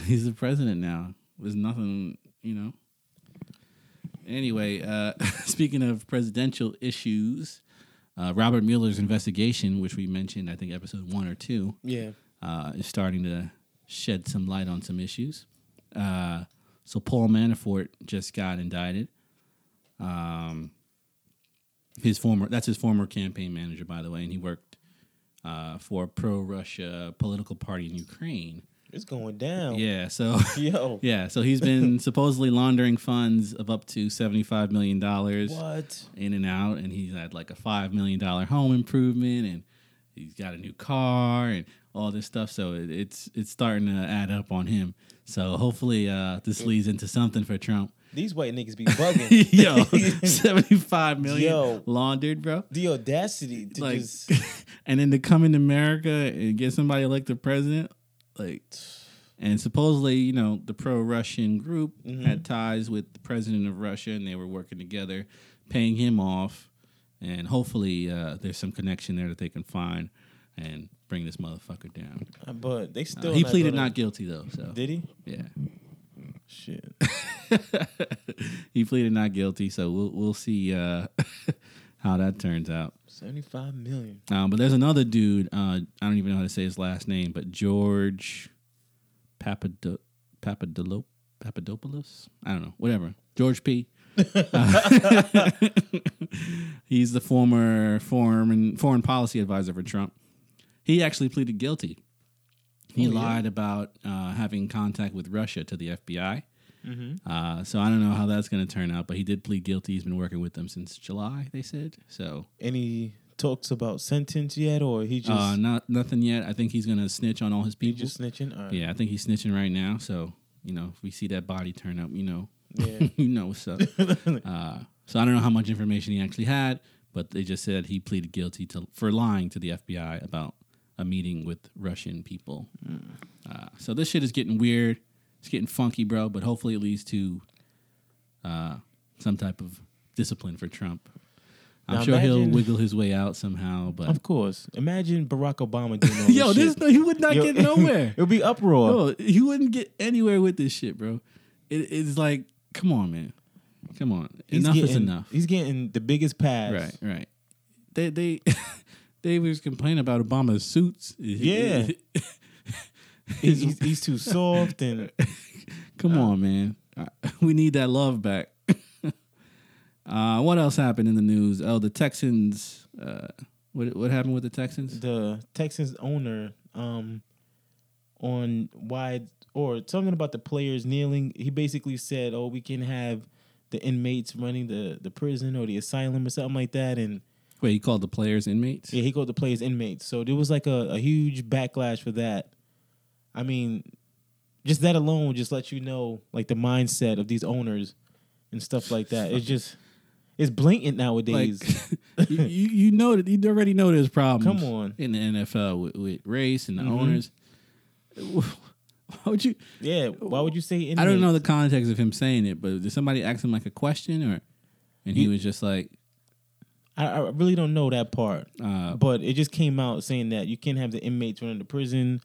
B: he's the president now. There's nothing, you know. Anyway, uh, speaking of presidential issues, uh, Robert Mueller's investigation, which we mentioned, I think episode one or two,
C: Yeah.
B: uh, is starting to shed some light on some issues. Uh, so Paul Manafort just got indicted. Um, his former that's his former campaign manager, by the way, and he worked uh, for a pro-Russia political party in Ukraine.
C: It's going down.
B: Yeah, so
C: Yo.
B: yeah, so he's been supposedly laundering funds of up to $75 million
C: What?
B: in and out, and he's had like a $5 million home improvement, and he's got a new car, and all this stuff. So it, it's it's starting to add up on him. So hopefully uh, this leads into something for Trump.
C: These white niggas be bugging.
B: Yo, 75 million
C: Yo.
B: laundered, bro.
C: the audacity to
B: Like,
C: just.
B: and then to come into America and get somebody elected president, like, and supposedly, you know, the pro Russian group had ties with the president of Russia and they were working together, paying him off. And hopefully, uh, there's some connection there that they can find and bring this motherfucker down.
C: But they
B: Uh,
C: still.
B: he pleaded
C: gonna-
B: not guilty, though. So,
C: Did he?
B: yeah.
C: Shit.
B: he pleaded not guilty. So, we'll, we'll see uh, how that turns out.
C: 75 million.
B: Um, but there's another dude. Uh, I don't even know how to say his last name, but George Papado- Papadolo- Papadopoulos. I don't know. Whatever. George P. Uh, he's the former foreign foreign policy advisor for Trump. He actually pleaded guilty. He
C: Oh, yeah.
B: lied about uh, having contact with Russia to the FBI.
C: Mm-hmm.
B: Uh, so I don't know how that's going to turn out, but he did plead guilty. He's been working with them since July. They said so.
C: Any talks about sentence yet, or he just
B: uh, not nothing yet. I think he's gonna snitch on all his
C: he
B: people.
C: just uh, snitching? All right.
B: yeah, I think he's snitching right now. So you know, if we see that body turn up, you know,
C: Yeah.
B: you know what's up. uh, so I don't know how much information he actually had, but they just said he pleaded guilty to for lying to the FBI
C: Hmm.
B: about a meeting with Russian people. Uh, so this shit is getting weird. It's getting funky, bro. But hopefully, it leads to uh, some type of discipline for Trump. I'm
C: Now
B: sure he'll
C: imagine-
B: wiggle his way out somehow. But
C: Of course. Imagine Barack Obama doing all
B: yo,
C: this.
B: this no, he would not get nowhere.
C: It'll be uproar.
B: Bro, he wouldn't get anywhere with this shit, bro. It, it's like, come on, man, come on. enough
C: getting,
B: is enough.
C: He's getting the biggest pass.
B: Right, right. They they they was complaining about Obama's suits.
C: Yeah. He's, he's, he's too soft and
B: Come on, man. We need that love back. uh, what else happened in the news? Oh, the Texans. Uh, what what happened with the Texans?
C: the Texans owner um on why or something about the players kneeling. He basically said, "Oh, we can have the inmates running the the prison or the asylum or something like that." And
B: Wait, he called the players inmates.
C: yeah, he called the players inmates. So there was like a, a huge backlash for that. I mean, just that alone just lets you know like the mindset of these owners and stuff like that. It's just it's blatant
B: Like
C: nowadays.
B: you, you you know that you already know there's problems.
C: Come on. Mm-hmm.
B: in the NFL with, with race and the owners. Why would you?
C: yeah, why would you say inmates?
B: I don't know the context of him saying it, but did somebody ask him like a question or? And he
C: You-
B: was just like,
C: I, I really don't know that part,
B: uh,
C: but it just came out saying that you can't have the inmates running the prison,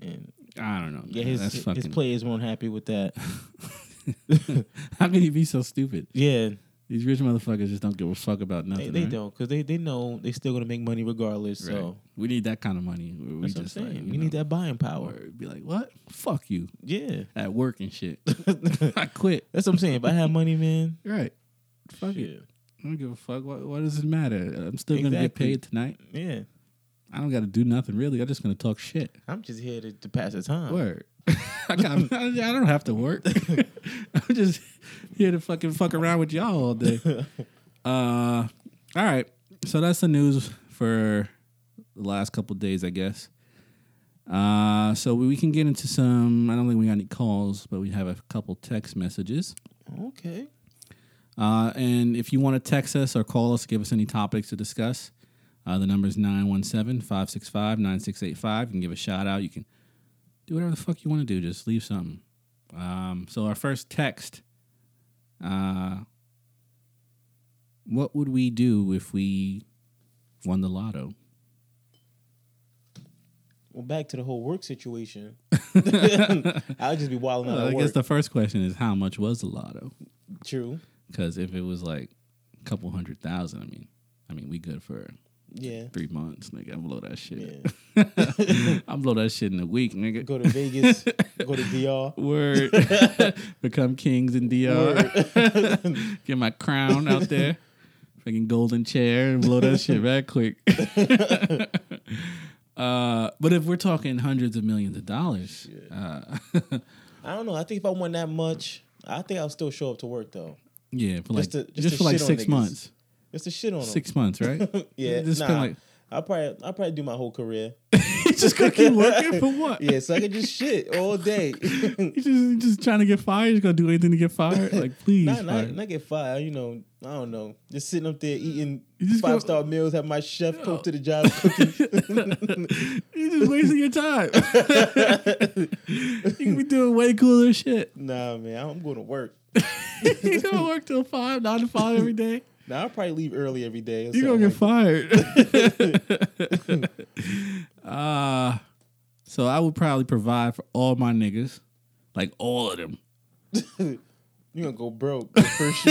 C: and
B: I don't know.
C: yeah,
B: man.
C: his
B: That's fucking.
C: his players weren't happy with that.
B: How can he be so stupid?
C: Yeah,
B: These rich motherfuckers just don't give a fuck about
C: they,
B: nothing.
C: they
B: right?
C: don't because they they know they still gonna make money regardless.
B: Right.
C: So
B: we need that kind of money. where We
C: that's what I'm
B: just like,
C: saying.
B: you
C: we need
B: know,
C: that buying power.
B: Or be like, what? Fuck you
C: Yeah,
B: at work and shit.
C: that's
B: I quit.
C: what I'm saying. If I had money, man,
B: Right. Fuck it.
C: yeah,
B: I don't give a fuck. What, what does it matter? I'm still gonna get
C: Exactly.
B: paid tonight.
C: yeah.
B: I don't got to do nothing really. I'm just gonna talk shit.
C: I'm just here to, to pass the time.
B: Word. I, got, I don't have to work. I'm just here to fucking fuck around with y'all all day. Uh, all right. So that's the news for the last couple days, I guess. Uh, so we can get into some. I don't think we got any calls, but we have a couple text messages.
C: Okay.
B: Uh, and if you want to text us or call us, give us any topics to discuss, uh, the number is 917 565 9685. You can give a shout out. You can do whatever the fuck you want to do. Just leave something. Um, so, our first text uh, What would we do if we won the lotto?
C: Well, back to the whole work situation. I'll just be wilding out.
B: Well, I
C: at
B: guess
C: work.
B: the first question is how much was the lotto?
C: True.
B: Because if it was like a couple hundred thousand, I mean, I mean, we good for
C: Yeah.
B: three months, nigga. I blow that shit.
C: Yeah.
B: I blow that shit in a week, nigga.
C: Go to Vegas. go to DR.
B: Word. Become kings in DR.
C: Word.
B: Get my crown out there. Fucking golden chair and blow that shit back quick. uh, but if we're talking hundreds of millions of dollars, uh,
C: I don't know. I think if I won that much, I think I'll still show up to work though.
B: yeah, for like
C: Just
B: just,
C: to- just to
B: for like
C: shit on
B: six
C: niggas.
B: months.
C: Just to shit on them.
B: Six months, right?
C: yeah.
B: Just
C: nah,
B: spend like
C: I'll probably I'll probably do my whole career.
B: you just gonna keep working for what?
C: Yeah, so I can just shit all day.
B: You just you just trying to get fired, you gonna do anything to get fired. Like please.
C: not, not,
B: fire.
C: not get fired, you know. I don't know. Just sitting up there eating
B: You just go-
C: five star meals, have my chef come to the job cooking.
B: You're just wasting your time. you can be doing way cooler shit.
C: nah, man, I'm going to work.
B: You're gonna work till five, nine to five every day.
C: Now I'll probably leave early every day. or
B: You're gonna get
C: something
B: fired. uh, so I would probably provide for all my niggas, like all of them,
C: like- You're gonna go broke the first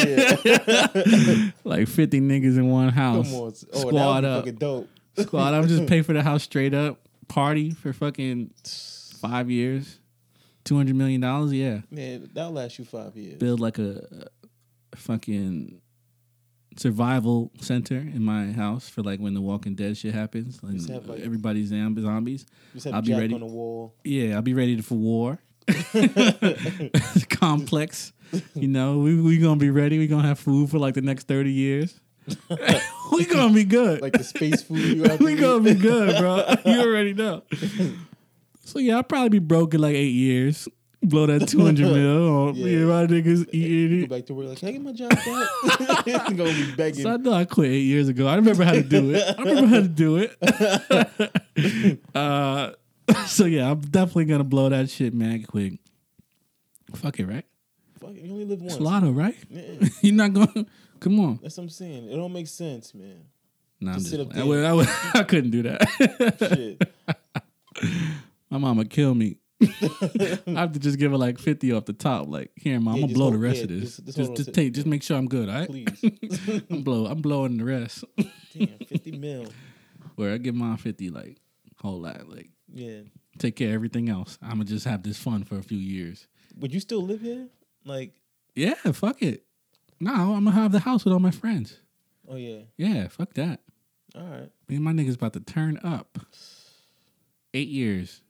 C: year.
B: like fifty niggas in one house.
C: Come on, oh, that would
B: squad
C: be
B: up,
C: fucking dope.
B: squad. I'm just pay for the house straight up. Party for fucking five years, two hundred million dollars. Yeah,
C: Man, that'll last you five years.
B: build like a, a fucking survival center in my house for like when the Walking Dead shit happens and
C: Just have, like-
B: everybody's zomb- zombies.
C: Just have
B: I'll be
C: Jack
B: ready.
C: on the wall.
B: Yeah, I'll be ready for war. Complex, you know, we we gonna be ready. We gonna have food for like the next thirty years. we gonna be good.
C: Like the space food you have to
B: we gonna
C: eat.
B: be good, bro. You already know. So yeah, I'll probably be broke in like eight years. Blow that two hundred mil. on
C: Yeah.
B: yeah. my niggas eating
C: Go
B: it.
C: back to work like, can I get my job back? It's gonna be begging.
B: So I know I quit eight years ago. I remember how to do it. I remember how to do it. uh, so yeah, I'm definitely gonna blow that shit mad quick. Fuck it, right?
C: Fuck, it, you only live
B: It's
C: once.
B: lotto, right?
C: Yeah,
B: You're not going. Come on.
C: that's what I'm saying. It don't make sense, man.
B: No, I'm
C: Just
B: just.
C: sit up
B: playing. I,
C: there.
B: would, I, would, I couldn't do that.
C: Shit.
B: My mama kill me. I have to just give her like fifty off the top. Like, here, mom,
C: Yeah,
B: I'm gonna
C: just
B: blow the
C: hold-
B: rest
C: yeah,
B: of this. Just,
C: just- just
B: just,
C: hold on to-
B: take, just make sure I'm good. All right,
C: Please.
B: I'm blow. I'm blowing the rest.
C: Damn, 50 mil.
B: Where I give mom fifty, like whole lot. Like,
C: Yeah.
B: take care of everything else. I'm gonna just have this fun for a few years.
C: Would you still live here? Like,
B: Yeah, fuck it. Now I'm gonna have the house with all my friends.
C: oh yeah.
B: Yeah, fuck that.
C: All right.
B: Me and my niggas about to turn up. Eight years.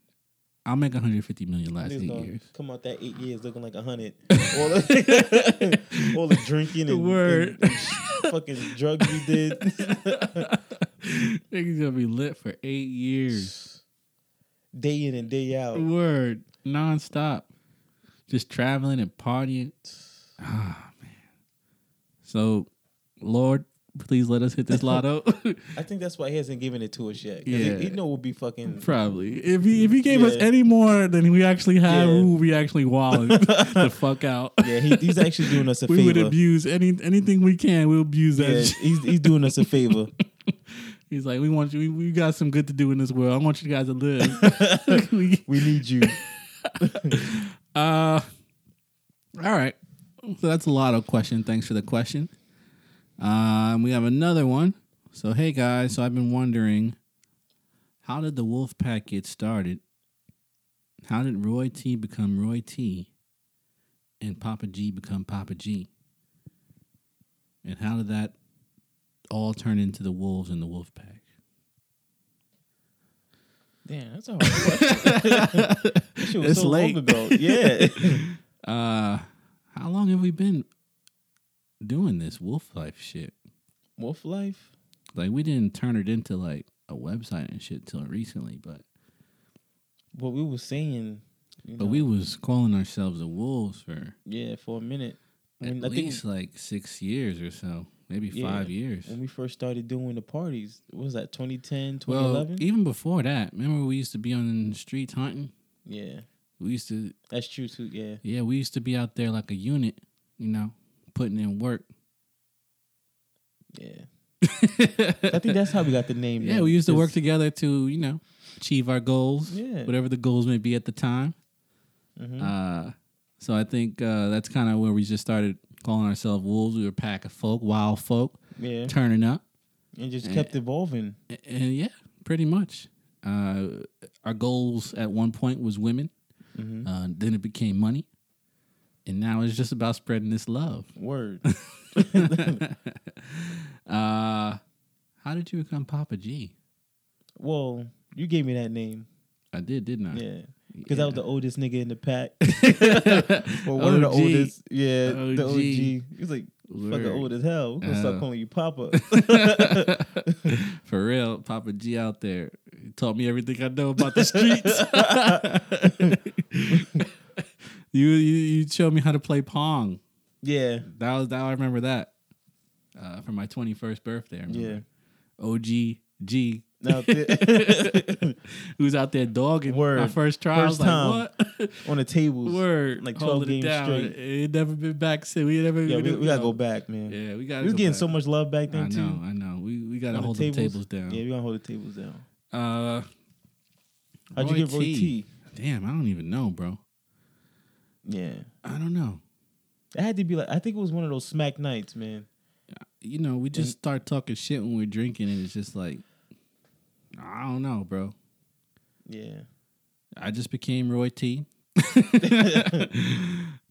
B: I'll make 150 million last
C: Niggas
B: eight
C: gonna
B: years.
C: Come out that eight years looking like a hundred. all, the, all the drinking and,
B: Word.
C: and- and fucking drugs we did.
B: Niggas gonna be lit for eight years.
C: day in and day out.
B: Word. Nonstop. Just traveling and partying. Ah, man. So, Lord, please let us hit this lotto.
C: I think that's why he hasn't given it to us yet. 'cause
B: Yeah.
C: He, he know we'll be fucking.
B: Probably. If he if he gave us
C: Yeah.
B: any more than we actually have,
C: Yeah.
B: we would be actually walling the fuck out.
C: Yeah, he, he's actually doing us a
B: we would
C: favor.
B: abuse any anything we can. We'll abuse that.
C: yeah,
B: shit.
C: he's, he's doing us a favor.
B: He's like, we want you. We, we got some good to do in this world. I want you guys to live. We-
C: We need you.
B: uh, all right. So that's a lot of question. Thanks for the question. Um, we have another one. So hey guys, so I've been wondering, how did the wolf pack get started? How did Roy T become Roy T, and Papa G become Papa G? And how did that all turn into the wolves and the wolf pack?
C: Damn, that's a hard question. that shit was
B: It's
C: so
B: late.
C: long ago. Yeah.
B: Uh, how long have we been doing this wolf life shit?
C: Wolf life.
B: Like, we didn't turn it into like a website and shit till recently, but
C: What we were saying. you
B: but
C: know,
B: we was calling ourselves the wolves for
C: yeah for a minute.
B: at
C: When- I think
B: least like six years or so, maybe
C: Yeah.
B: five years.
C: when we first started doing the parties, what was that 2010,
B: Well, e
C: 2011?
B: even before that, remember we used to be on the streets hunting.
C: yeah,
B: We used to,
C: that's true too. Yeah,
B: yeah, we used to be out there like a unit, you know, putting in work.
C: yeah. I think that's how we got the name.
B: Yeah,
C: then,
B: we used to work
C: 'cause-
B: together to, you know, achieve our goals,
C: Yeah.
B: whatever the goals may be at the time.
C: Mhm.
B: Uh, so I think uh, that's kind of where we just started calling ourselves wolves. We were a pack of folk, wild folk,
C: Yeah,
B: turning up.
C: and just kept evolving.
B: And, and yeah, pretty much. Uh, our goals at one point was women.
C: Mhm.
B: Uh, then it became money. And now it's just about spreading this love.
C: Word.
B: Uh, how did you become Papa G?
C: well, you gave me that name.
B: I did, didn't I?
C: Yeah, because I was the oldest nigga in the pack.
B: well,
C: Well, one of the oldest. Yeah, the OG.
B: OG.
C: He was like,
B: Word.
C: fucking old as hell. We're gonna
B: Uh.
C: start calling you Papa.
B: For real, Papa G out there He taught me everything I know about the streets. you, you you showed me how to play pong.
C: yeah,
B: That was that I remember that uh, for my twenty first birthday. I
C: yeah.
B: remember. OG G,
C: Now,
B: who's out there dogging
C: Word.
B: my first try. I was
C: First
B: like,
C: time.
B: what?
C: on the tables.
B: Word,
C: Like 12
B: Holding it
C: games
B: down.
C: straight.
B: It ain't never been back since. We ain't never.
C: Yeah, we,
B: didn't-
C: we gotta
B: you know.
C: go back, man.
B: Yeah, we got.
C: we was getting so much love back then
B: I
C: too.
B: know, I know. We we gotta
C: On
B: hold the tables down.
C: Yeah, we gonna hold the tables down.
B: Uh,
C: How'd you get Roy T?
B: Damn, I don't even know, bro.
C: Yeah,
B: I don't know.
C: it had to be like I think it was one of those smack nights, man.
B: You know, we just start talking shit when we're drinking, and it's just like, I don't know, bro.
C: Yeah,
B: I just became Roy T. the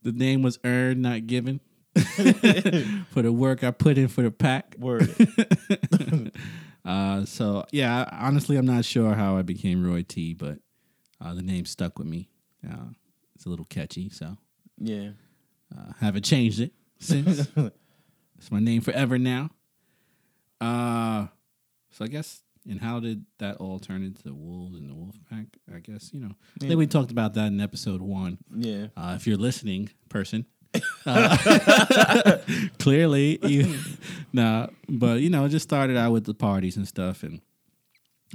B: name was earned, not given. for the work I put in for the pack.
C: word.
B: Uh, so yeah, I- honestly, I'm not sure how I became Roy T, but uh, the name stuck with me. Uh, it's a little catchy, so
C: yeah,
B: uh, haven't changed it since. it's my name forever now. Uh, so I guess, and how did that all turn into the wolves and the wolf pack? I guess you know. I think we talked about that in episode one.
C: yeah.
B: Uh, if you're listening, person, uh, clearly, you, nah. But you know, it just started out with the parties and stuff, and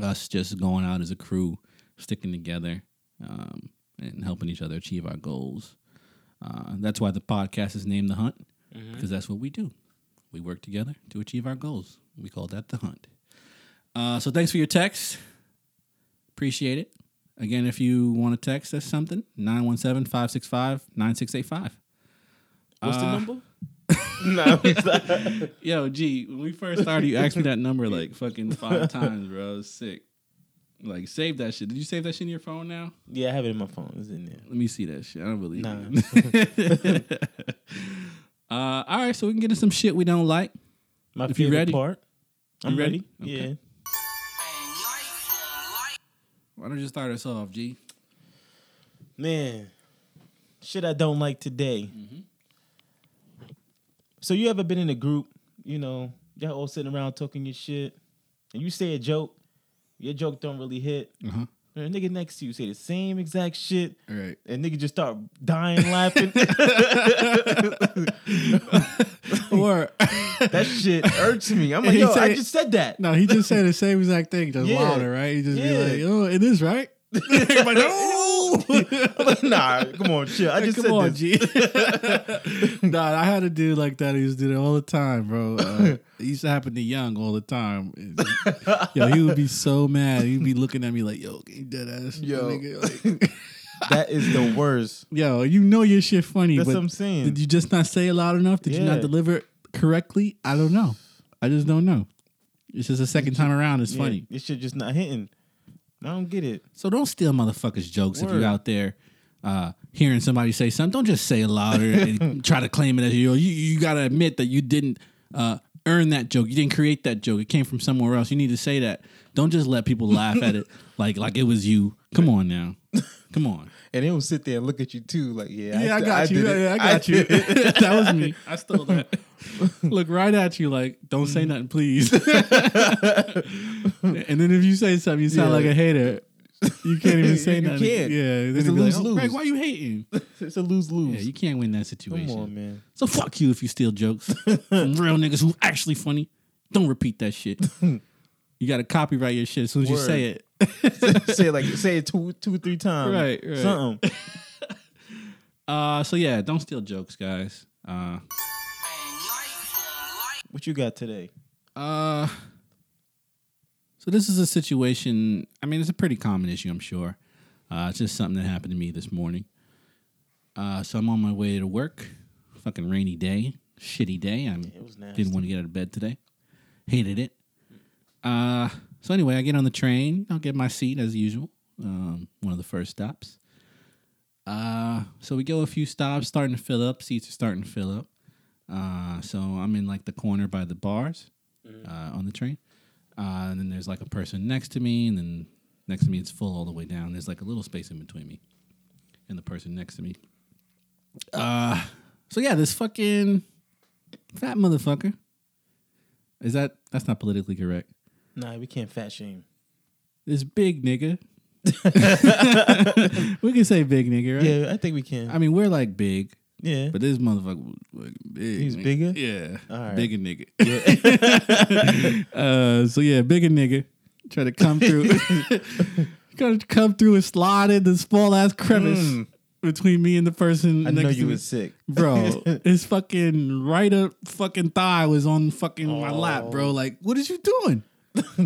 B: us just going out as a crew, sticking together, um, and helping each other achieve our goals. Uh, that's why the podcast is named The Hunt, because that's what we do. We work together to achieve our goals. We call that The Hunt. Uh, so thanks for your text. Appreciate it. Again, if you want to text us something, 917 565 9685.
C: What's
B: Uh,
C: the number? no, I'm sorry.
B: Yo, G, when we first started, you asked me that number like fucking five times, bro. I was sick. Like, save that shit. Did you save that shit in your phone now?
C: yeah, I have it in my phone. It's in there.
B: Let me see that shit. I don't believe
C: Nah.
B: it. uh, all right, so we can get into some shit we don't like.
C: My
B: If you
C: favorite
B: ready.
C: part. I'm
B: You ready?
C: ready.
B: Okay.
C: Yeah.
B: Why don't you start us off, G?
C: Man, shit I don't like today. So you ever been in a group, you know, y'all all sitting around talking your shit, and you say a joke, your joke don't really hit,
B: Uh-huh.
C: and a nigga next to you say the same exact shit,
B: All right.
C: and nigga just start dying laughing.
B: Or
C: that shit irks me. I'm like,
B: He
C: yo, I
B: said-
C: just said that.
B: no, he just said the same exact thing, just
C: Yeah.
B: louder, right? He just
C: Yeah.
B: be like, "Oh, it is right." Everybody, "Oh!"
C: I'm like, nah, come on, chill. I just
B: Come
C: said
B: on,
C: this.
B: G. nah, I had a dude like that. He used to do it all the time, bro. Uh, it used to happen to Young all the time. And- yo, he would be so mad. He'd be looking at me like, "Yo, you dead ass,
C: Yo.
B: nigga." Like,
C: That is the worst.
B: yo, you know your shit funny,
C: That's
B: but
C: what I'm saying.
B: did you just not say it loud enough? Did you not
C: Yeah.
B: deliver it correctly? I don't know. I just don't know. It's just the second time around. It's
C: Yeah,
B: funny.
C: This shit just not hitting. I don't get it.
B: So don't steal motherfuckers' jokes if
C: Word.
B: you're out there uh, hearing somebody say something. Don't just say it louder and try to claim it as your. You you gotta admit that you didn't uh, earn that joke. You didn't create that joke. It came from somewhere else. You need to say that. Don't just let people laugh at it like like it was you. Come on now, come on.
C: And they will sit there and look at you too, like, yeah, th- did it. did it.
B: that was me. I stole that. Look right at you, like don't say
C: Mm-hmm.
B: nothing, please. and then if you say something, you sound
C: Yeah.
B: like a hater. You can't even say
C: You
B: nothing.
C: can't.
B: Yeah, then
C: It's
B: it'd
C: a
B: be like,
C: lose-lose.
B: "Oh, Greg, why you hating?
C: It's a lose lose.
B: Yeah, you can't win that
C: Come
B: situation.
C: on, man.
B: So fuck you if you steal jokes from real niggas who actually funny. Don't repeat that shit. You got to copyright your shit as soon as you
C: Word.
B: say it.
C: say it like say it two, two, three times.
B: Right, right.
C: Something.
B: Uh, so yeah, don't steal jokes, guys. Uh,
C: What you got today?
B: Uh, so this is a situation. I mean, it's a pretty common issue, I'm sure. Uh, it's just something that happened to me this morning. Uh, so I'm on my way to work. Fucking rainy day, shitty day. I
C: It was nasty.
B: didn't want to get out of bed today. Hated it. Uh, so anyway, I get on the train. I'll get my seat as usual. Um, one of the first stops. Uh, so we go a few stops, starting to fill up. Seats are starting to fill up. Uh, so I'm in like the corner by the bars uh, on the train. Uh, and then there's like a person next to me, and then next to me it's full all the way down. There's like a little space in between me and the person next to me. Uh, so yeah, this fucking fat motherfucker. Is that that's not politically correct?
C: Nah, we can't fat shame.
B: This big nigga. we can say big nigga, right?
C: Yeah, I think we can.
B: I mean, we're like big,
C: yeah.
B: but this motherfucker was fucking big.
C: He's
B: nigga.
C: bigger?
B: Yeah.
C: All right.
B: Bigger nigga. uh, so yeah, bigger nigga. Try to come through. Try to come through and slide in this small ass crevice
C: Mm.
B: between me and the person
C: I
B: next
C: know
B: to
C: you
B: me.
C: was sick.
B: Bro, his fucking right up fucking thigh was on fucking my lap,
C: Oh.
B: bro. Like, what is you doing?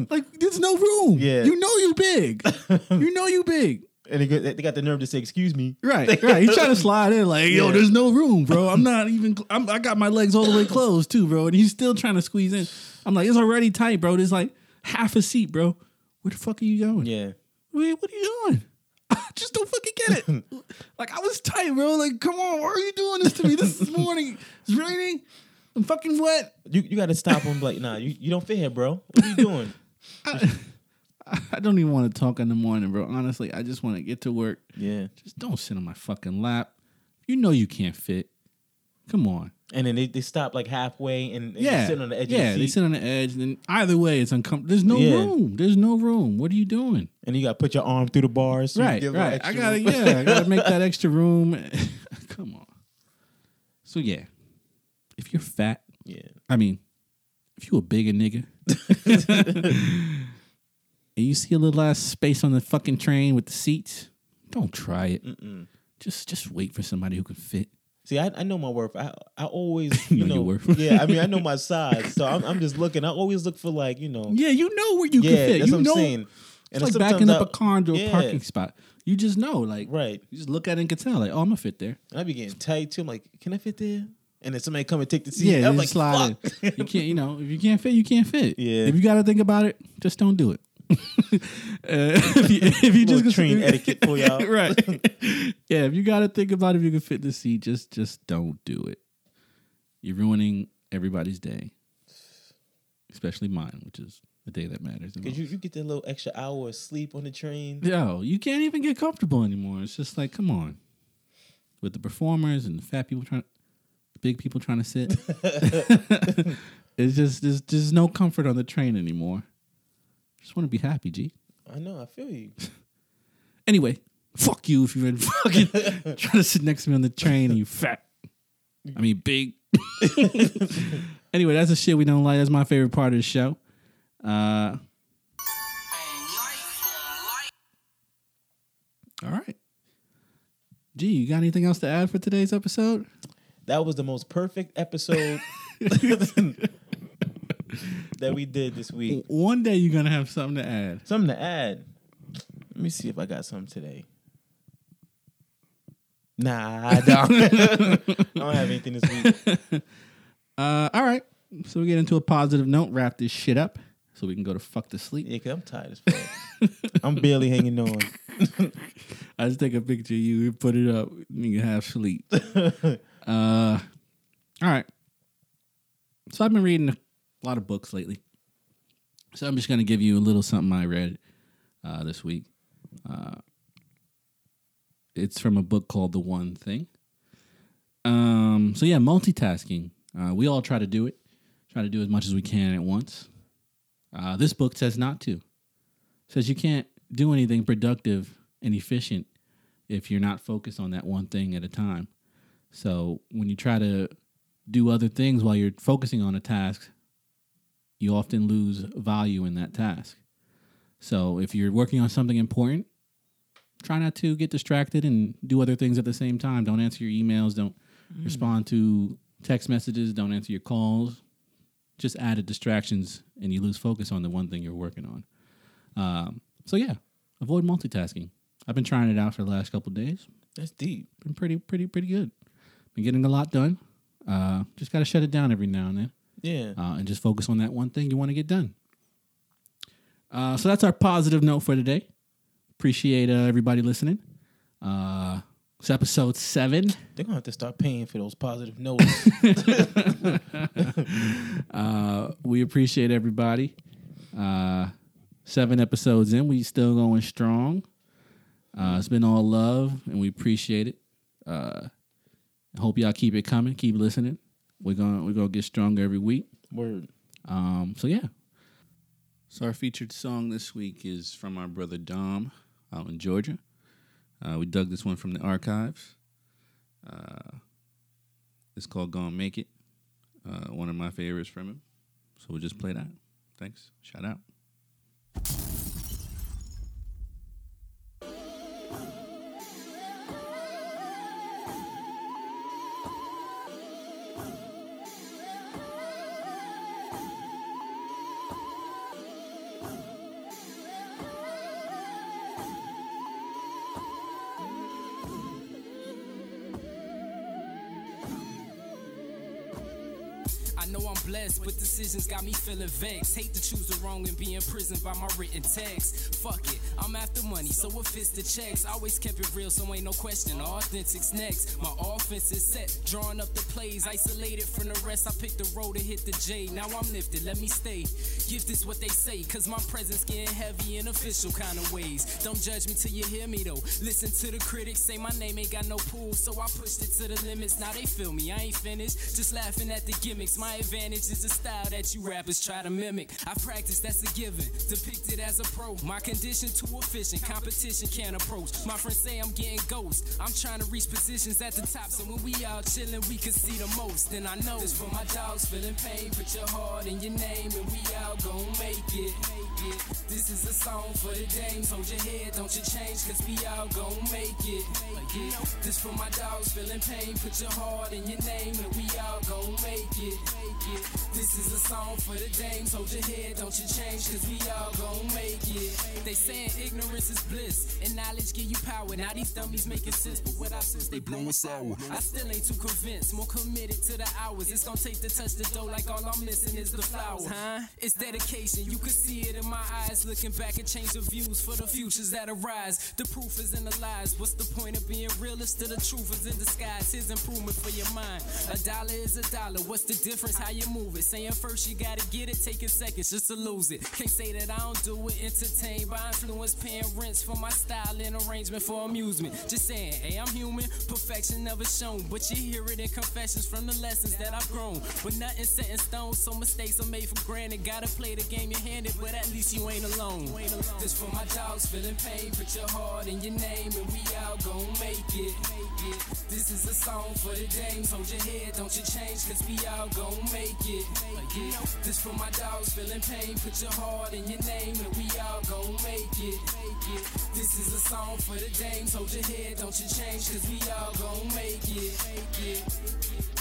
B: like, there's no room.
C: Yeah.
B: You know you big. you know you big.
C: And they got, they got the nerve to say, excuse me.
B: Right, right. He's trying to slide in like, yo,
C: Yeah.
B: there's no room, bro. I'm not even. I'm, I got my legs all the way closed too, bro. And he's still trying to squeeze in. I'm like, it's already tight, bro. There's like half a seat, bro. Where the fuck are you going?
C: Yeah.
B: Wait, what are you doing? I just don't fucking get it. like I was tight, bro. Like, come on, why are you doing this to me? This is morning. It's raining. I'm fucking wet.
C: You you gotta stop him like, nah, you, you don't fit here, bro. What are you doing?
B: I, I don't even want to talk in the morning, bro. Honestly, I just want to get to work.
C: yeah.
B: Just don't sit on my fucking lap. You know you can't fit. Come on.
C: And then they, they stop like halfway and, and they
B: Yeah.
C: sit on the edge
B: yeah,
C: of the
B: they
C: seat.
B: sit on the edge. And then either way, it's uncomfortable. There's no
C: Yeah.
B: room. There's no room. What are you doing?
C: and you gotta put your arm through the bars. so you
B: right,
C: get a little
B: right. I
C: extra
B: gotta,
C: room.
B: yeah, I gotta make that extra room. Come on. So yeah, if you're fat,
C: yeah.
B: I mean, if you a bigger nigga, and you see a little ass space on the fucking train with the seats, don't try it. Just, just wait for somebody who can fit.
C: See, I, I know my worth. I I always
B: You
C: you
B: know
C: know,
B: your worth.
C: yeah. I mean, I know my size, so I'm, I'm just looking. I always look for like you know
B: Yeah, you know where you
C: yeah.
B: can fit.
C: that's
B: you
C: what I'm
B: know,
C: saying.
B: it's like
C: sometimes
B: backing up
C: I-
B: a car into a
C: yeah,
B: parking spot. You just know, like
C: Right,
B: you just look at it and can tell, like, oh, I'm gonna fit there.
C: and I be getting tight too. I'm like, can I fit there? And then somebody come and take the seat.
B: Yeah,
C: I'm
B: you
C: like,
B: slide.
C: fuck.
B: in. You can't, you know, if you can't fit, you can't fit.
C: Yeah.
B: If you got to think about it, just don't do it. Uh, if you, if you just
C: Little train etiquette for y'all.
B: right? yeah, if you got to think about if you can fit in the seat, just just don't do it. You're ruining everybody's day, especially mine, which is the day that matters. the
C: Cause
B: most.
C: you, you get that little extra hour of sleep on the train.
B: Yo, you can't even get comfortable anymore. It's just like, come on. With the performers and the fat people trying, big people trying to sit. it's just there's there's no comfort on the train anymore. Just want to be happy, G.
C: I know. I feel you.
B: Anyway, fuck you if you're in fucking trying to sit next to me on the train and you fat. I mean, big. anyway, that's the shit we don't like. That's my favorite part of the show. Uh, all right. G, you got anything else to add for today's episode?
C: That was the most perfect episode that we did this week.
B: One day you're gonna have something to add.
C: Something to add. Let me see if I got something today. Nah, I don't. I don't have anything this week.
B: Uh, all right. So we get into a positive note, wrap this shit up so we can go to fuck to sleep.
C: Yeah, cause I'm tired as fuck. I'm barely hanging on.
B: I just take a picture of you, we put it up, and you have sleep. uh, all right. So I've been reading a lot of books lately. So I'm just going to give you a little something I read uh, this week. Uh, it's from a book called The One Thing. Um, so yeah, multitasking. Uh, we all try to do it, try to do as much as we can at once. Uh, this book says not to. says you can't do anything productive and efficient if you're not focused on that one thing at a time. So when you try to do other things while you're focusing on a task, you often lose value in that task. So if you're working on something important, try not to get distracted and do other things at the same time. Don't answer your emails, don't respond to text messages, don't answer your calls. Just added distractions and you lose focus on the one thing you're working on. Um, so yeah, avoid multitasking. I've been trying it out for the last couple of days.
C: That's deep.
B: Been pretty, pretty, pretty good. Been getting a lot done. Uh, just got to shut it down every now and then
C: Yeah.
B: uh, and just focus on that one thing you want to get done. Uh, so that's our positive note for today. Appreciate uh, everybody listening. Uh, it's episode seven.
C: They're gonna have to start paying for those positive notes.
B: Uh, we appreciate everybody. Uh, seven episodes in, we still going strong. Uh, it's been all love, and we appreciate it. Uh, hope y'all keep it coming, keep listening. We're gonna we're gonna get stronger every week.
C: Word.
B: Um, so yeah. So our featured song this week is from our brother Dom out in Georgia. Uh, we dug this one from the archives. Uh, it's called "Gonna Make It," uh, one of my favorites from him. So we'll just play that. Thanks. Shout out.
D: I know I'm blessed, but decisions got me feeling vexed. Hate to choose the wrong and be imprisoned by my written text. Fuck it, I'm after money, so what fits the checks? Always kept it real, so ain't no question. Authentic's next. My offense is set, drawing up the plays, isolated from the rest. I picked the road and hit the J. Now I'm lifted, let me stay. Give this what they say, cause my presence getting heavy in official kind of ways. Don't judge me till you hear me though. Listen to the critics say my name ain't got no pool, so I pushed it to the limits. Now they feel me, I ain't finished. Just laughing at the gimmicks. My advantage is the style that you rappers try to mimic. I practice, that's a given. Depicted as a pro. My condition too efficient. Competition can't approach. My friends say I'm getting ghosts. I'm trying to reach positions at the top. So when we out chilling, we can see the most. And I know this for my dogs feeling pain. Put your heart in your name, and we out gon' make it. Make it. This is a song for the dames. Hold your head, don't you change, cause we all gon' make it. Make it. This for my dogs feeling pain. Put your heart in your name, and we all gon' make it. Make it. This is a song for the dames. Hold your head, don't you change, cause we all gon' make it. They saying ignorance is bliss, and knowledge give you power. Now these dummies making sense, but what I've since they blowing sour. I still ain't too convinced, more committed to the hours. It's gonna take to touch the dough, like all I'm missing is the flowers. Huh? It's dedication, you can see it in my eyes. Looking back and changing views for the futures that arise. The proof is in the lies. What's the point of being real if still the truth is in disguise? Here's improvement for your mind. A dollar is a dollar. What's the difference? How you move it? Saying first you gotta get it, taking seconds just to lose it. Can't say that I don't do it. Entertained by influence, paying rents for my style and arrangement for amusement. Just saying, hey, I'm human. Perfection never shown, but you hear it in confessions from the lessons that I've grown. But nothing set in stone, so mistakes are made for granted. Gotta play the game you're handed, but at least you ain't alone. This for my dogs feeling pain. Put your heart in your name, and we all gon' make it. Make it. This is a song for the dames. Hold your head, don't you change, cause we all gon' make it. Make it. This for my dogs feeling pain. Put your heart in your name, and we all gon' make it. Make it. This is a song for the dames. Hold your head, don't you change, cause we all gon' make it. Make it.